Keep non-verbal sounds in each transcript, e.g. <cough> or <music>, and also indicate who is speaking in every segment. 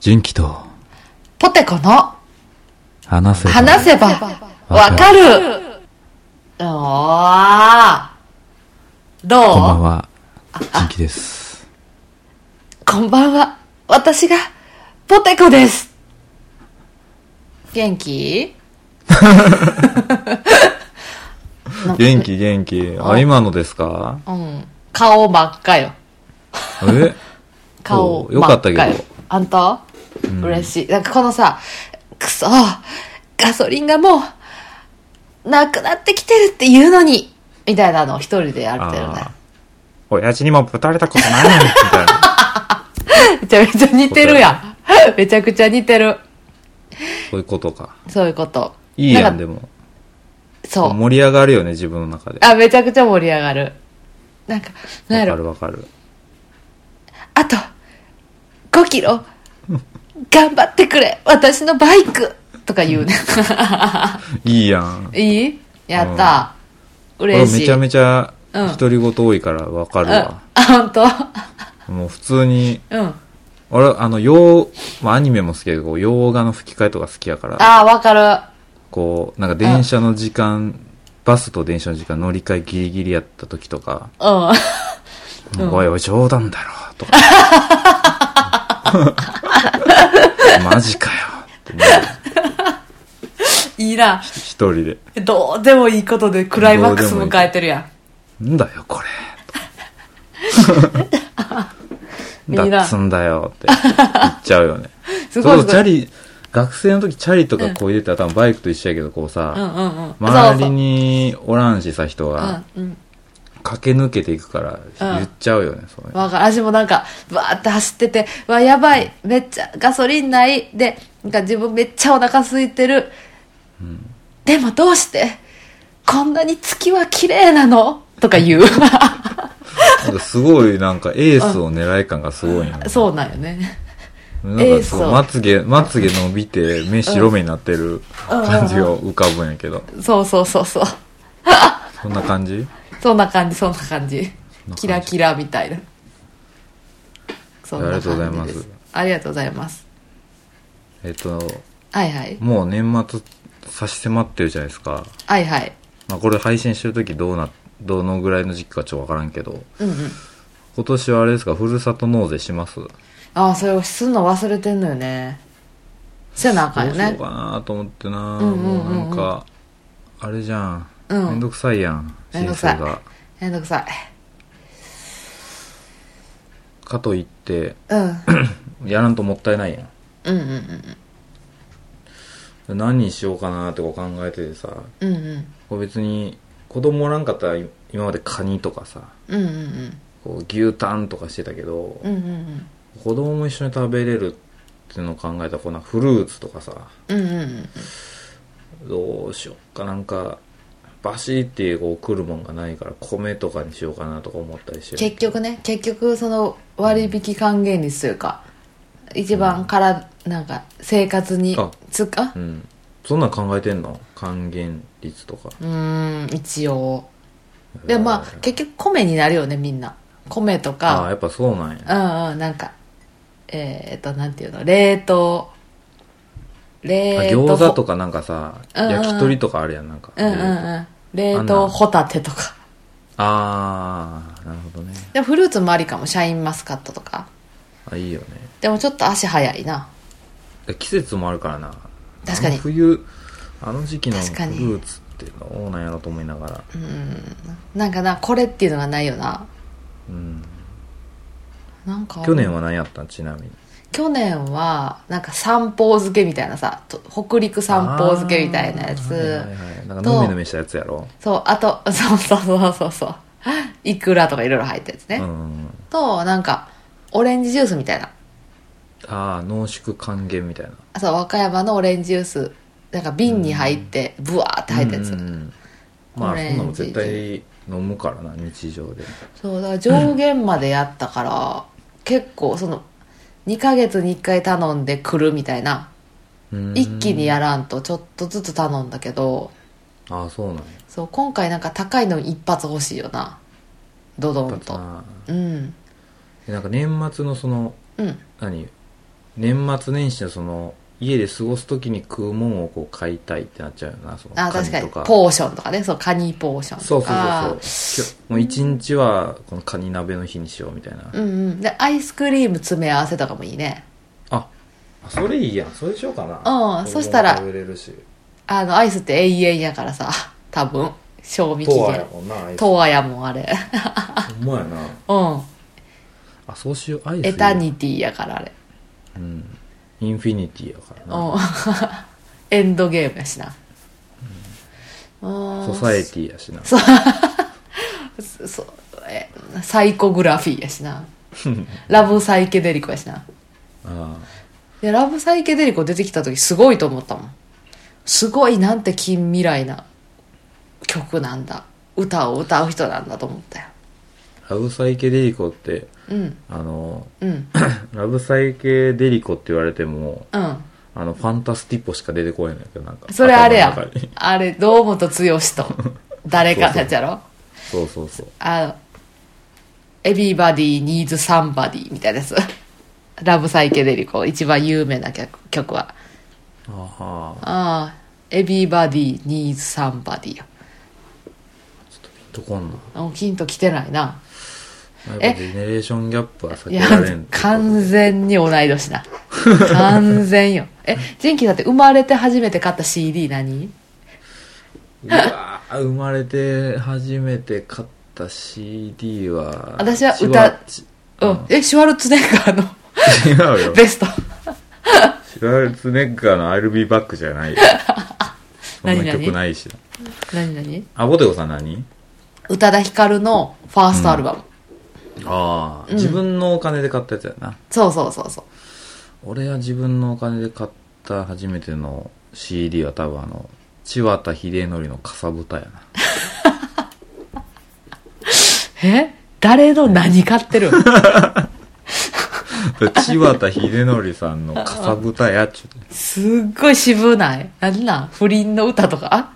Speaker 1: 純喜と
Speaker 2: ポテコの
Speaker 1: 話せば
Speaker 2: 話せばわかる。おー。どう
Speaker 1: こんばんは純喜です
Speaker 2: こんばんは。私がポテコです。元気なんか
Speaker 1: 元気元気あ今のですか
Speaker 2: うん。顔真っ赤よ。
Speaker 1: え
Speaker 2: 顔
Speaker 1: およかったけど
Speaker 2: 真赤よあんた、嬉しいなんかこのさくそガソリンがもうなくなってきてるっていうのにみたいなのを一人でやってるね
Speaker 1: あー親父にもぶたれたことないみたいな
Speaker 2: めちゃめちゃ似てるやんめちゃくちゃ似てる
Speaker 1: そういうことか
Speaker 2: そういうこと
Speaker 1: いいや
Speaker 2: なんか
Speaker 1: でも
Speaker 2: そう
Speaker 1: 盛り上がるよね自分の中で
Speaker 2: あめちゃくちゃ盛り上がるなんかなんや
Speaker 1: わ
Speaker 2: ろ
Speaker 1: かるわかる
Speaker 2: あと、5キロ、頑張ってくれ、私のバイクとか言うね。
Speaker 1: <laughs> いいやん
Speaker 2: いいやった。
Speaker 1: 俺
Speaker 2: 嬉しい。
Speaker 1: めちゃめちゃ
Speaker 2: うん
Speaker 1: 独り言多いからわかるわ、
Speaker 2: うん、あ、
Speaker 1: もう普通に
Speaker 2: 本当。うん。
Speaker 1: 俺あの洋、まあ、アニメも好きやけど洋画の吹き替えとか好きやから
Speaker 2: あー、わかる。
Speaker 1: こう、なんか電車の時間、バスと電車の時間乗り換えギリギリやった時とか、
Speaker 2: うん。 <laughs>
Speaker 1: おいおい冗談だろ、とか。マジかよ。ってね
Speaker 2: いいな。
Speaker 1: 一人で。
Speaker 2: どうでもいいことでクライマックス
Speaker 1: どうでもいい
Speaker 2: 迎えてるや
Speaker 1: んだよ、これ。
Speaker 2: い <laughs> いな
Speaker 1: だっつんだよって言っちゃうよね。
Speaker 2: ん。 <laughs> すごい
Speaker 1: そう
Speaker 2: すご
Speaker 1: チャ
Speaker 2: い。
Speaker 1: リ、学生の時チャリとかこう入れたら多分バイクと一緒やけど、こうさ、
Speaker 2: うんうんうん。
Speaker 1: 周りにおらんしさ、人
Speaker 2: そう
Speaker 1: が、
Speaker 2: そう。うんうん。
Speaker 1: 駆け抜けていくから言っちゃうよね、それ。
Speaker 2: わかる。私もなんか、わーって走ってて、わ、やばい。めっちゃガソリンない。で、なんか自分めっちゃお腹空いてる。でもどうして、こんなに月は綺麗なのとか言う。
Speaker 1: なんかすごいなんかエースを狙い感がすごいよね。
Speaker 2: そうなんよね。
Speaker 1: なんかすご
Speaker 2: エース
Speaker 1: い
Speaker 2: を
Speaker 1: まつげ、まつげ伸びて目白目になってる感じが浮かぶんやけど。
Speaker 2: そうそうそうそう。
Speaker 1: そんな感じ
Speaker 2: そんな感じ、そんな感じ。キラキラみたいな。そんな感じです
Speaker 1: ありがとうございます。
Speaker 2: ありがとうございます。
Speaker 1: えっと、
Speaker 2: はいはい。
Speaker 1: もう年末差し迫ってるじゃないですか。
Speaker 2: はいはい。
Speaker 1: まあこれ配信してる時どうな、どのぐらいの時期かちょっとわからんけど。
Speaker 2: うんうん。
Speaker 1: 今年はあれですか、ふるさと納税します
Speaker 2: ああ、それをすんの忘れてんのよね。せなあかんよ
Speaker 1: どうしよ
Speaker 2: ね
Speaker 1: う。かなと思ってな、
Speaker 2: うんうんうんうん
Speaker 1: もうなんか、あれじゃん。
Speaker 2: うん
Speaker 1: めんどくさいやん。
Speaker 2: めん
Speaker 1: 申
Speaker 2: どくさい
Speaker 1: 請が。
Speaker 2: めんどくさい。
Speaker 1: かといって、
Speaker 2: うん。うん
Speaker 1: やらんともったいないやん。
Speaker 2: うんうん
Speaker 1: 何にしようかなってこう考えててさ
Speaker 2: うん。うんうん。
Speaker 1: こう別に子供おらんかったらい今までカニとかさ
Speaker 2: うんうん
Speaker 1: こう牛タンとかしてたけど、
Speaker 2: うん。うんうん
Speaker 1: 子供も一緒に食べれるっていうのを考えたらこうなんかフルーツとかさ
Speaker 2: うん。うんうん
Speaker 1: どうしようかなんかバシっていうこう来るもんがないから米とかにしようかなとか思ったりして
Speaker 2: 結局ね、結局その割引還元率というか、一番から、なんか生活に
Speaker 1: あ
Speaker 2: つか
Speaker 1: う、んそんなん考えてんの還元率とか
Speaker 2: うーん、一応。でもまあ、結局米になるよね、みんな。米と
Speaker 1: ああ
Speaker 2: か、
Speaker 1: やっぱそうなんや
Speaker 2: うんうん、なんか、えーっと、なんていうの、冷凍。
Speaker 1: あ
Speaker 2: 冷凍。
Speaker 1: 餃子とかなんかさ
Speaker 2: うんうん
Speaker 1: 焼き鳥とかあるやんなんか
Speaker 2: うんうんうん。冷凍ホタテとか。
Speaker 1: ああなるほどね
Speaker 2: でもフルーツもありかも、シャインマスカットとか。
Speaker 1: あいいよね
Speaker 2: でもちょっと足早いな。
Speaker 1: で季節もあるからな
Speaker 2: 確かに
Speaker 1: あの冬あの時期のフ
Speaker 2: 確かに
Speaker 1: ルーツってどうなんやろと思いながら
Speaker 2: なんかな、これっていうのがないよな。
Speaker 1: うん
Speaker 2: なんかある
Speaker 1: 去年は何やったんちなみに
Speaker 2: 去年は、なんか三宝漬けみたいなさ、と北陸三宝漬けみたいなや
Speaker 1: あー
Speaker 2: つ
Speaker 1: はい。はいはいなんか
Speaker 2: と
Speaker 1: ぬめぬめしたやつやろ
Speaker 2: そう、あと、 <laughs> そうそうそうそうそう。いくらとかいろいろ入ったやつね。
Speaker 1: うん
Speaker 2: と、なんか、オレンジジュースみたいな。
Speaker 1: ああ濃縮還元みたいな
Speaker 2: そう、和歌山のオレンジジュース。なんか瓶に入って、ブワーって入ったやつ。
Speaker 1: うんうんうんま
Speaker 2: オ
Speaker 1: あそ
Speaker 2: レンジ
Speaker 1: んなの絶対飲むからな日常で
Speaker 2: そう、だから上限までやったから、結構その、2ヶ月に1回頼んで来るみたいな。
Speaker 1: うん
Speaker 2: 一気にやらんとちょっとずつ頼んだけど、
Speaker 1: ああそうなんや
Speaker 2: そう、今回なんか高いの一発欲しいよな。ドドンと。
Speaker 1: な
Speaker 2: うん。
Speaker 1: でなんか年末のその
Speaker 2: うん。
Speaker 1: 何年末年始のその家で過ごす時に食うもんをこう買いたいってなっちゃうよなその
Speaker 2: あ
Speaker 1: カニ
Speaker 2: 確かに
Speaker 1: とか
Speaker 2: ポーションとかねそうカニポーション
Speaker 1: そ
Speaker 2: と
Speaker 1: うそう
Speaker 2: か
Speaker 1: そうそう今日もう一日はこのカニ鍋の日にしようみたいな、
Speaker 2: うんうんでアイスクリーム詰め合わせとかもいいね
Speaker 1: ああそれいいやんそれしようか
Speaker 2: うん
Speaker 1: な
Speaker 2: そしたら
Speaker 1: 子供も食べれるし
Speaker 2: あのアイスって永遠やからさ多分賞味期
Speaker 1: とはや
Speaker 2: 限
Speaker 1: もんなアイス
Speaker 2: とわやもんあれ
Speaker 1: ほんまやな
Speaker 2: うん
Speaker 1: あそうしようアイスいい
Speaker 2: エ
Speaker 1: な
Speaker 2: タニティやからあれ
Speaker 1: うんインフィニティやからな
Speaker 2: うん <laughs> エンドゲームやしなう
Speaker 1: ソ
Speaker 2: ん
Speaker 1: サエティやしな
Speaker 2: そうえサイコグラフィーやしなラブサイケデリコやしな
Speaker 1: あ
Speaker 2: でラブサイケデリコ出てきた時すごいと思ったもんすごいなんて近未来な曲なんだ歌を歌う人なんだと思ったよ
Speaker 1: あラブサイケデリコって
Speaker 2: うん
Speaker 1: あの
Speaker 2: うん
Speaker 1: <clears throat> ラブサイケデリコって言われても
Speaker 2: うん
Speaker 1: あのファンタスティポしか出てこないんだけどなんか
Speaker 2: それあれ
Speaker 1: 頭
Speaker 2: や
Speaker 1: の中に
Speaker 2: あれ堂本剛と誰かたちやろ
Speaker 1: そうそうそう
Speaker 2: あのエビバディニーズサンバディみたいなやつラブサイケデリコ一番有名な曲曲は
Speaker 1: あはあ
Speaker 2: ああエビバディニーズサンバディよ
Speaker 1: どこんな
Speaker 2: あもうキンと来てないな
Speaker 1: やっぱ
Speaker 2: え
Speaker 1: ジェネレーションギャップは避
Speaker 2: い
Speaker 1: け
Speaker 2: や
Speaker 1: られんってこと
Speaker 2: 完全に同い年な完全よえジェンキーだって生まれて初めて買った CD 何
Speaker 1: うわー生まれて初めて買った CD は
Speaker 2: 私は歌
Speaker 1: シュワチ
Speaker 2: うん、えシュワルツェネッガーの
Speaker 1: 違うよ
Speaker 2: ベスト
Speaker 1: シュワルツェネッガーの「I'll be back」じゃ
Speaker 2: <laughs>
Speaker 1: ないよそんな曲ないしな
Speaker 2: 何何
Speaker 1: あボテゴさん何
Speaker 2: 宇多田ヒカルのファーストアルバム、
Speaker 1: ああ、自分のお金で買ったやつやな
Speaker 2: そうそうそうそう
Speaker 1: 俺は自分のお金で買った初めての CD は多分あの千綿秀則の「かさぶた」やな <laughs>
Speaker 2: え誰の何買っ
Speaker 1: <laughs>
Speaker 2: てる
Speaker 1: 千綿秀則さんの「かさぶた」やっちゅうて
Speaker 2: すっごい渋ない何なん不倫の歌とか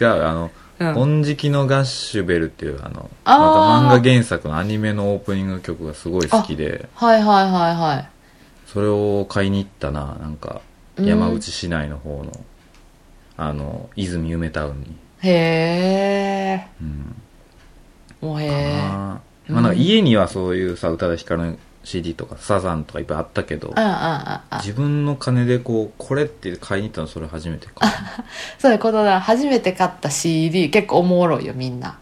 Speaker 1: 違うあの
Speaker 2: う
Speaker 1: 「
Speaker 2: ん
Speaker 1: 金色のガッシュベル」っていうあの
Speaker 2: あー
Speaker 1: また漫画原作のアニメのオープニング曲がすごい好きで
Speaker 2: はいはいはいはい
Speaker 1: それを買いに行ったななんか
Speaker 2: うん
Speaker 1: 山口市内の方の、あの泉梅タウンに
Speaker 2: へえ
Speaker 1: うん
Speaker 2: もうへ
Speaker 1: か
Speaker 2: え
Speaker 1: な
Speaker 2: うん
Speaker 1: まあなんか家にはそういうさ宇多田ヒカルの CD とかサザンとかいっぱいあったけど
Speaker 2: うんうんうんうん
Speaker 1: 自分の金でこうこれって買いに行ったのそれ初めてか
Speaker 2: そうだこのな初めて買った CD 結構おもろいよみんな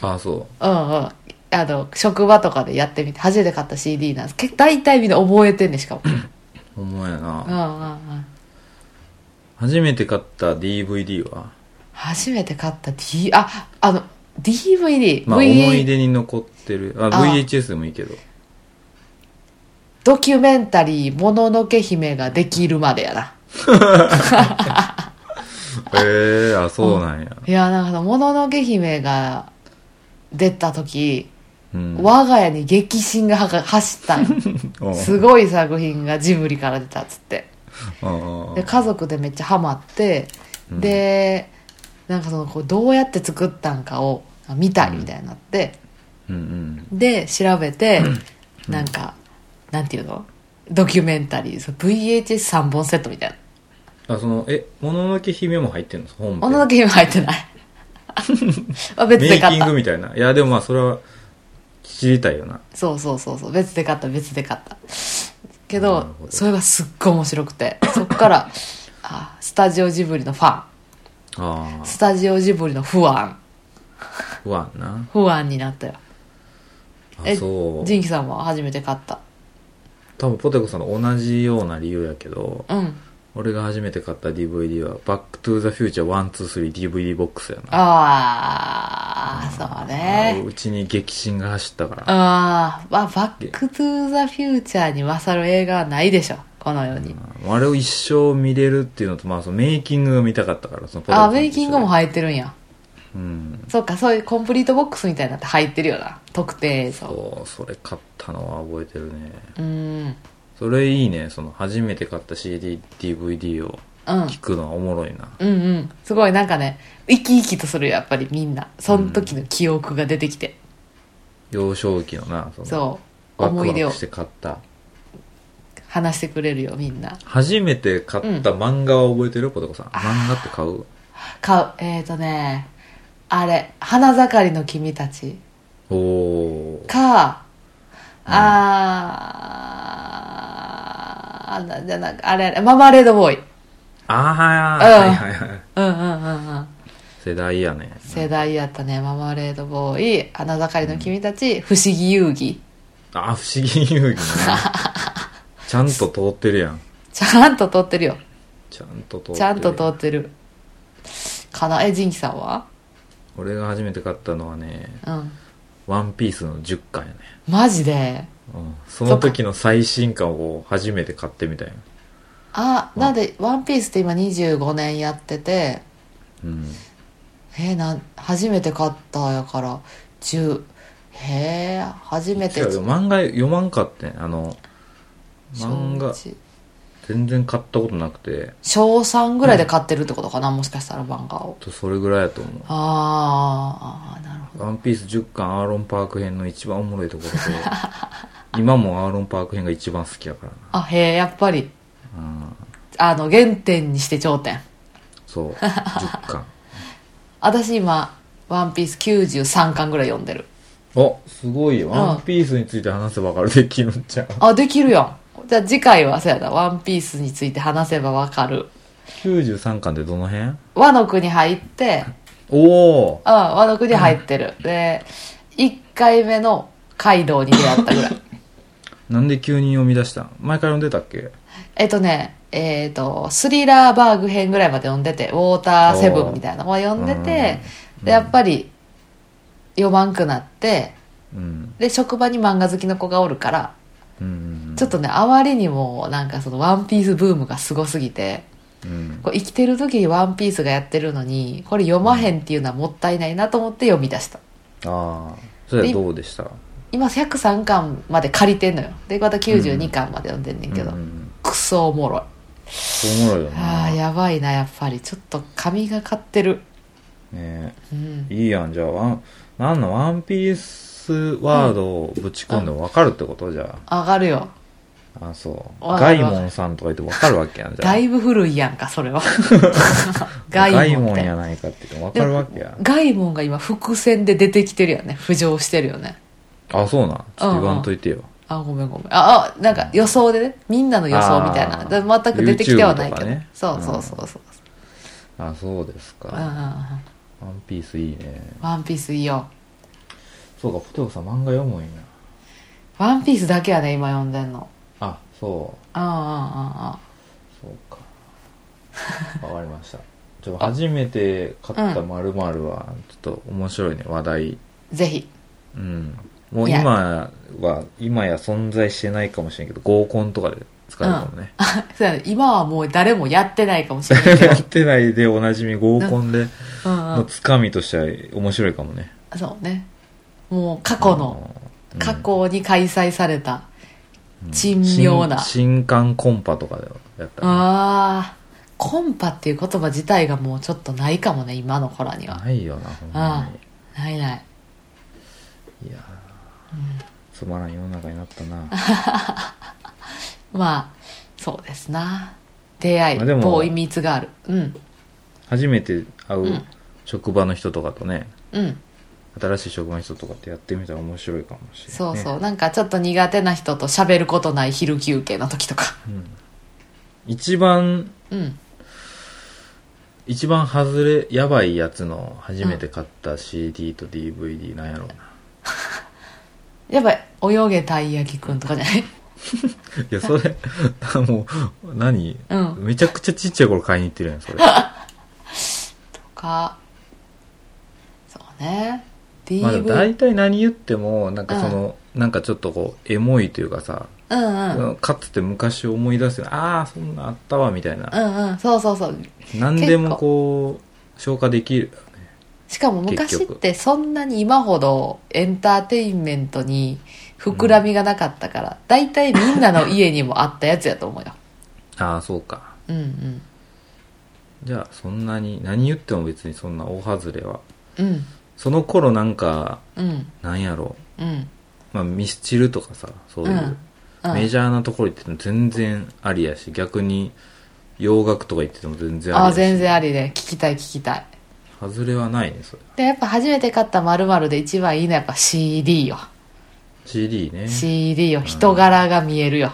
Speaker 1: ああそ
Speaker 2: うんうんあの職場とかでやってみて初めて買った CD なんですけ大体みんな覚えてんねんしかもうん
Speaker 1: うほんまやな、
Speaker 2: うんうん
Speaker 1: 初めて買った DVD は
Speaker 2: 初めて買った D ああの DVD、
Speaker 1: まあ
Speaker 2: V
Speaker 1: 思い出に残ってるあ
Speaker 2: あ
Speaker 1: VHS でもいいけど
Speaker 2: ドキュメンタリー「もののけ姫」ができるまでやな
Speaker 1: へえあそうなんや、
Speaker 2: いやなんかさ「もののけ姫」が出た時、
Speaker 1: うん、
Speaker 2: 我が家に激震がはか走ったん
Speaker 1: <laughs>
Speaker 2: よ
Speaker 1: うん
Speaker 2: すごい作品がジブリから出たっつって
Speaker 1: うんうん
Speaker 2: で家族でめっちゃハマって、でなんかそのこうどうやって作ったんかを見たいみたいになって、
Speaker 1: うんうん
Speaker 2: で調べて、なんかなんていうのドキュメンタリー VHS3 本セットみたいな
Speaker 1: あそのえもののけ姫も入ってんの本編
Speaker 2: 女のゲーム入ってないあ <laughs> 別
Speaker 1: メ
Speaker 2: で
Speaker 1: イキ
Speaker 2: 買っ
Speaker 1: ン
Speaker 2: た
Speaker 1: グみたいないやでもまあそれは知りたいよな
Speaker 2: そうそうそうそう別で買った別で買ったけど
Speaker 1: なるほど
Speaker 2: それがすっごい面白くてそっから
Speaker 1: <laughs>
Speaker 2: あスタジオジブリのファン
Speaker 1: あ
Speaker 2: スタジオジブリの不安
Speaker 1: あ不安な
Speaker 2: 不安になったよ
Speaker 1: あそう
Speaker 2: ジンキさんは初めて買った
Speaker 1: 多分ポテコさんと同じような理由やけど
Speaker 2: うん
Speaker 1: 俺が初めて買った DVD は「バック・トゥ・ザ・フューチャー 123DVD ボックス」やな
Speaker 2: ああそうね
Speaker 1: うちに激震が走ったから
Speaker 2: あーまあバック・トゥ・ザ・フューチャーに勝る映画はないでしょこの世に
Speaker 1: あれを一生見れるっていうのと、まあ、そのメイキングが見たかったからそのポテコさ
Speaker 2: あ
Speaker 1: ん
Speaker 2: ー
Speaker 1: と一緒
Speaker 2: メ
Speaker 1: で
Speaker 2: イキングも入ってるんや
Speaker 1: うん
Speaker 2: そっかそういうコンプリートボックスみたいになって入ってるよな特定映像
Speaker 1: そうそれ買ったのは覚えてるね
Speaker 2: うーん
Speaker 1: それいいねその初めて買った CDDVD を
Speaker 2: うん
Speaker 1: 聞くのはおもろいな、
Speaker 2: うんうんすごいなんかね生き生きとするよやっぱりみんなその時の記憶が出てきて、
Speaker 1: 幼少期のなその
Speaker 2: そう
Speaker 1: ワク
Speaker 2: 思
Speaker 1: ワ
Speaker 2: い
Speaker 1: ク
Speaker 2: 出を
Speaker 1: して買った
Speaker 2: 話してくれるよみんな
Speaker 1: 初めて買った漫画は覚えてるポテコさん。漫画って買う
Speaker 2: 買うえっ、ー、とねあれ「花盛りの君たち
Speaker 1: おお」ー。
Speaker 2: か、あーあなじゃなくあれあれマーマレードボーイ
Speaker 1: ああ、
Speaker 2: うん
Speaker 1: はいはいはい。
Speaker 2: うんうんうんうん
Speaker 1: 世代やね。
Speaker 2: 世代やったねマーマレードボーイ花盛りの君たち、不思議遊戯
Speaker 1: あ、不思議
Speaker 2: <laughs>
Speaker 1: 遊戯ね。ちゃんと通ってるやん。
Speaker 2: ちゃんと撮ってるよ
Speaker 1: ちゃんと通ってる。
Speaker 2: ちゃんと通ってるかなえジンキさんは
Speaker 1: 俺が初めて買ったのはね、
Speaker 2: うん
Speaker 1: ワンピースの10巻やね。
Speaker 2: マジで
Speaker 1: うん。その時の最新巻を初めて買ってみたいな。
Speaker 2: あなんで「ワンピースって今25年やってて
Speaker 1: うん。
Speaker 2: えーなん初めて買ったやから10へえ初め
Speaker 1: 違
Speaker 2: て
Speaker 1: うよ漫画読まんかってんあの、漫画
Speaker 2: 小一
Speaker 1: 全然買ったことなくて、
Speaker 2: 小3ぐらいで買ってるってことかな、もしかしたら漫画を
Speaker 1: とそれぐらいやと思う。
Speaker 2: あーあーなるほ
Speaker 1: ワンピース10巻アーロンパーク編の一番おもろいと
Speaker 2: <laughs>
Speaker 1: ころで、今もアーロンパーク編が一番好きやからな。
Speaker 2: どあへえやっぱり
Speaker 1: うん。
Speaker 2: あの原点にして頂点
Speaker 1: そう。10巻。
Speaker 2: 私今「ワンピース93巻ぐらい読んでる
Speaker 1: あ、すごいよ。ワンピースについて話せばわかるできるんちゃう。
Speaker 2: あできるやんじゃあ次回はそうやな「ワンピースについて話せばわかる
Speaker 1: 93巻ってどの辺
Speaker 2: 和の国入って
Speaker 1: おお
Speaker 2: うん、和の国入ってる。で、1回目のカイドウに出会ったぐらい。
Speaker 1: なんで急に読み出したん前から読んでたっけ
Speaker 2: えっとね、えっ、と、スリラーバーグ編ぐらいまで読んでて、ウォーターセブンみたいなのを読んでて、で、やっぱり読まんくなって、
Speaker 1: うん。
Speaker 2: で、職場に漫画好きの子がおるから、
Speaker 1: うん。
Speaker 2: ちょっとね、あまりにもなんかそのワンピースブームがすごすぎて、
Speaker 1: うん。
Speaker 2: こう生きてる時にワンピースがやってるのに、これ読まへんっていうのはもったいないなと思って読み出した。
Speaker 1: ああ。それはどうでした
Speaker 2: 今103巻まで借りてんのよでまた92巻まで読んでんねんけど、
Speaker 1: うん。
Speaker 2: クソおもろい
Speaker 1: おもろいよ
Speaker 2: あ
Speaker 1: な
Speaker 2: ー。やばいなやっぱりちょっと髪がかってる
Speaker 1: ねえ
Speaker 2: うん
Speaker 1: いいやん、じゃあ、ワン、なんの、ワンピースワードをぶち込んでもわかるってことじゃ
Speaker 2: 上がるよ
Speaker 1: あ。あ、そう。
Speaker 2: わか
Speaker 1: ガ
Speaker 2: る
Speaker 1: イモンさんとか言ってわかるわけやん、じゃ
Speaker 2: だ
Speaker 1: あ。
Speaker 2: いぶ古いやんか
Speaker 1: <laughs>
Speaker 2: それは
Speaker 1: ガ
Speaker 2: ガイ
Speaker 1: イ
Speaker 2: モン
Speaker 1: モ
Speaker 2: っ
Speaker 1: ンや
Speaker 2: て
Speaker 1: ないかって言ってもわかるわけや。
Speaker 2: ガイモンが今伏線で出てきてるよね浮上してるよね
Speaker 1: あ、そうなん。ちょっと言わんといてよ。
Speaker 2: あごめんごめんああなんか予想でねみんなの予想みたいな
Speaker 1: あ
Speaker 2: で
Speaker 1: ー
Speaker 2: 全く出てきてはないけ
Speaker 1: YouTube
Speaker 2: ど、
Speaker 1: とかね
Speaker 2: そうそうそうそう、
Speaker 1: あ、そうですか。
Speaker 2: うんうんうん
Speaker 1: ワンピースいいね。
Speaker 2: ワンピースいいよ
Speaker 1: そうか、ポテトさん漫画読むんや。
Speaker 2: ワンピースだけやね今読んでんの
Speaker 1: あ、そう。
Speaker 2: うんうんうんうん
Speaker 1: そう
Speaker 2: <laughs>
Speaker 1: か。わかりました。ちょっと初めて買った〇〇は、ちょっと面白いね、話題。
Speaker 2: ぜひ。 <laughs>
Speaker 1: うん。もう
Speaker 2: いや
Speaker 1: 今は、今や存在してないかもしれんけど、合コンとかで使えるかもね。
Speaker 2: そうやね今はもう誰もやってないかもしれないけど
Speaker 1: <laughs> や。ってないでおなじみ合コンで、
Speaker 2: うんう
Speaker 1: の
Speaker 2: ん。
Speaker 1: つかみとしては面白いかもね。
Speaker 2: そうね。もう過去の、
Speaker 1: うん
Speaker 2: 過去に開催された、珍妙な。
Speaker 1: 新新刊コンパとかでやったらね、
Speaker 2: ああ、コンパっていう言葉自体がもうちょっとないかもね、今の子らには。
Speaker 1: ないよな、ほんま
Speaker 2: ないない。
Speaker 1: に。いやーつまらん世の中になったな。
Speaker 2: まあ、そうですな。出会い、
Speaker 1: まあでも
Speaker 2: ボーイミーツガール。うん。
Speaker 1: 初めて会うんう職場の人とかとね、
Speaker 2: うん。
Speaker 1: 新しい職場の人とかってやってみたら面白いかもしれない、ね。
Speaker 2: そうそう。なんかちょっと苦手な人と喋ることない昼休憩の時とか。
Speaker 1: うん一番、
Speaker 2: うん。
Speaker 1: 一番外れ、やばいやつの初めて買った CD と DVD なんや
Speaker 2: <laughs>
Speaker 1: ろうな。
Speaker 2: やっぱ、泳げたい焼きくんとかじゃない
Speaker 1: いや、それ、 <laughs> もう、何、
Speaker 2: うん
Speaker 1: めちゃくちゃちっちゃい頃買いに行ってるやん、
Speaker 2: <laughs>
Speaker 1: それ。
Speaker 2: かそうね
Speaker 1: まあで
Speaker 2: DV、
Speaker 1: も大体何言っても、なんかその、なんかちょっとこう、エモいというかさ、
Speaker 2: うんうん
Speaker 1: かつて昔を思い出すようなああ、そんなんあったわ、みたいな。
Speaker 2: うんうんそうそうそう
Speaker 1: 何でもこう、消化できる。
Speaker 2: しかも昔ってそんなに今ほどエンターテインメントに膨らみがなかったから、大体みんなの家にもあったやつやと思うよ
Speaker 1: ああ、そうか。
Speaker 2: うんうん
Speaker 1: じゃあ、そんなに、何言っても別にそんな大外れは。
Speaker 2: うん
Speaker 1: その頃なんか、
Speaker 2: うん
Speaker 1: なんやろ
Speaker 2: うん
Speaker 1: う。まあ、ミスチルとかさ、そういう、
Speaker 2: うんうん
Speaker 1: メジャーなところ行ってても全然ありやし、逆に洋楽とか行ってても全然あり
Speaker 2: あ
Speaker 1: や
Speaker 2: あ
Speaker 1: し。
Speaker 2: 全然ありね聞きたい聞きたい
Speaker 1: 外れはないね、それ。
Speaker 2: でやっぱ初めて買った〇〇で一番いいのはやっぱ CD よ
Speaker 1: CD ね。
Speaker 2: CD よ人柄が見えるよ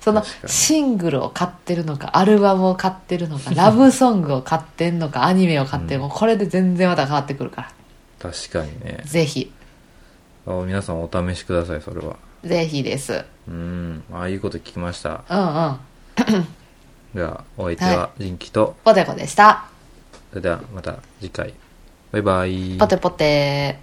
Speaker 2: その
Speaker 1: 確かに
Speaker 2: シングルを買ってるのかアルバムを買ってるのかラブソングを買ってんのかアニメを買ってるのかこれで全然また変わってくるから
Speaker 1: 確かにね。
Speaker 2: ぜひ
Speaker 1: あ皆さんお試しください、それは。
Speaker 2: ぜひです
Speaker 1: うん。ああいうこと聞きました。
Speaker 2: うんうん
Speaker 1: じゃあ、お相手は人気と、
Speaker 2: ポテコでした
Speaker 1: それではまた次回。バイバイ。
Speaker 2: ポテポテ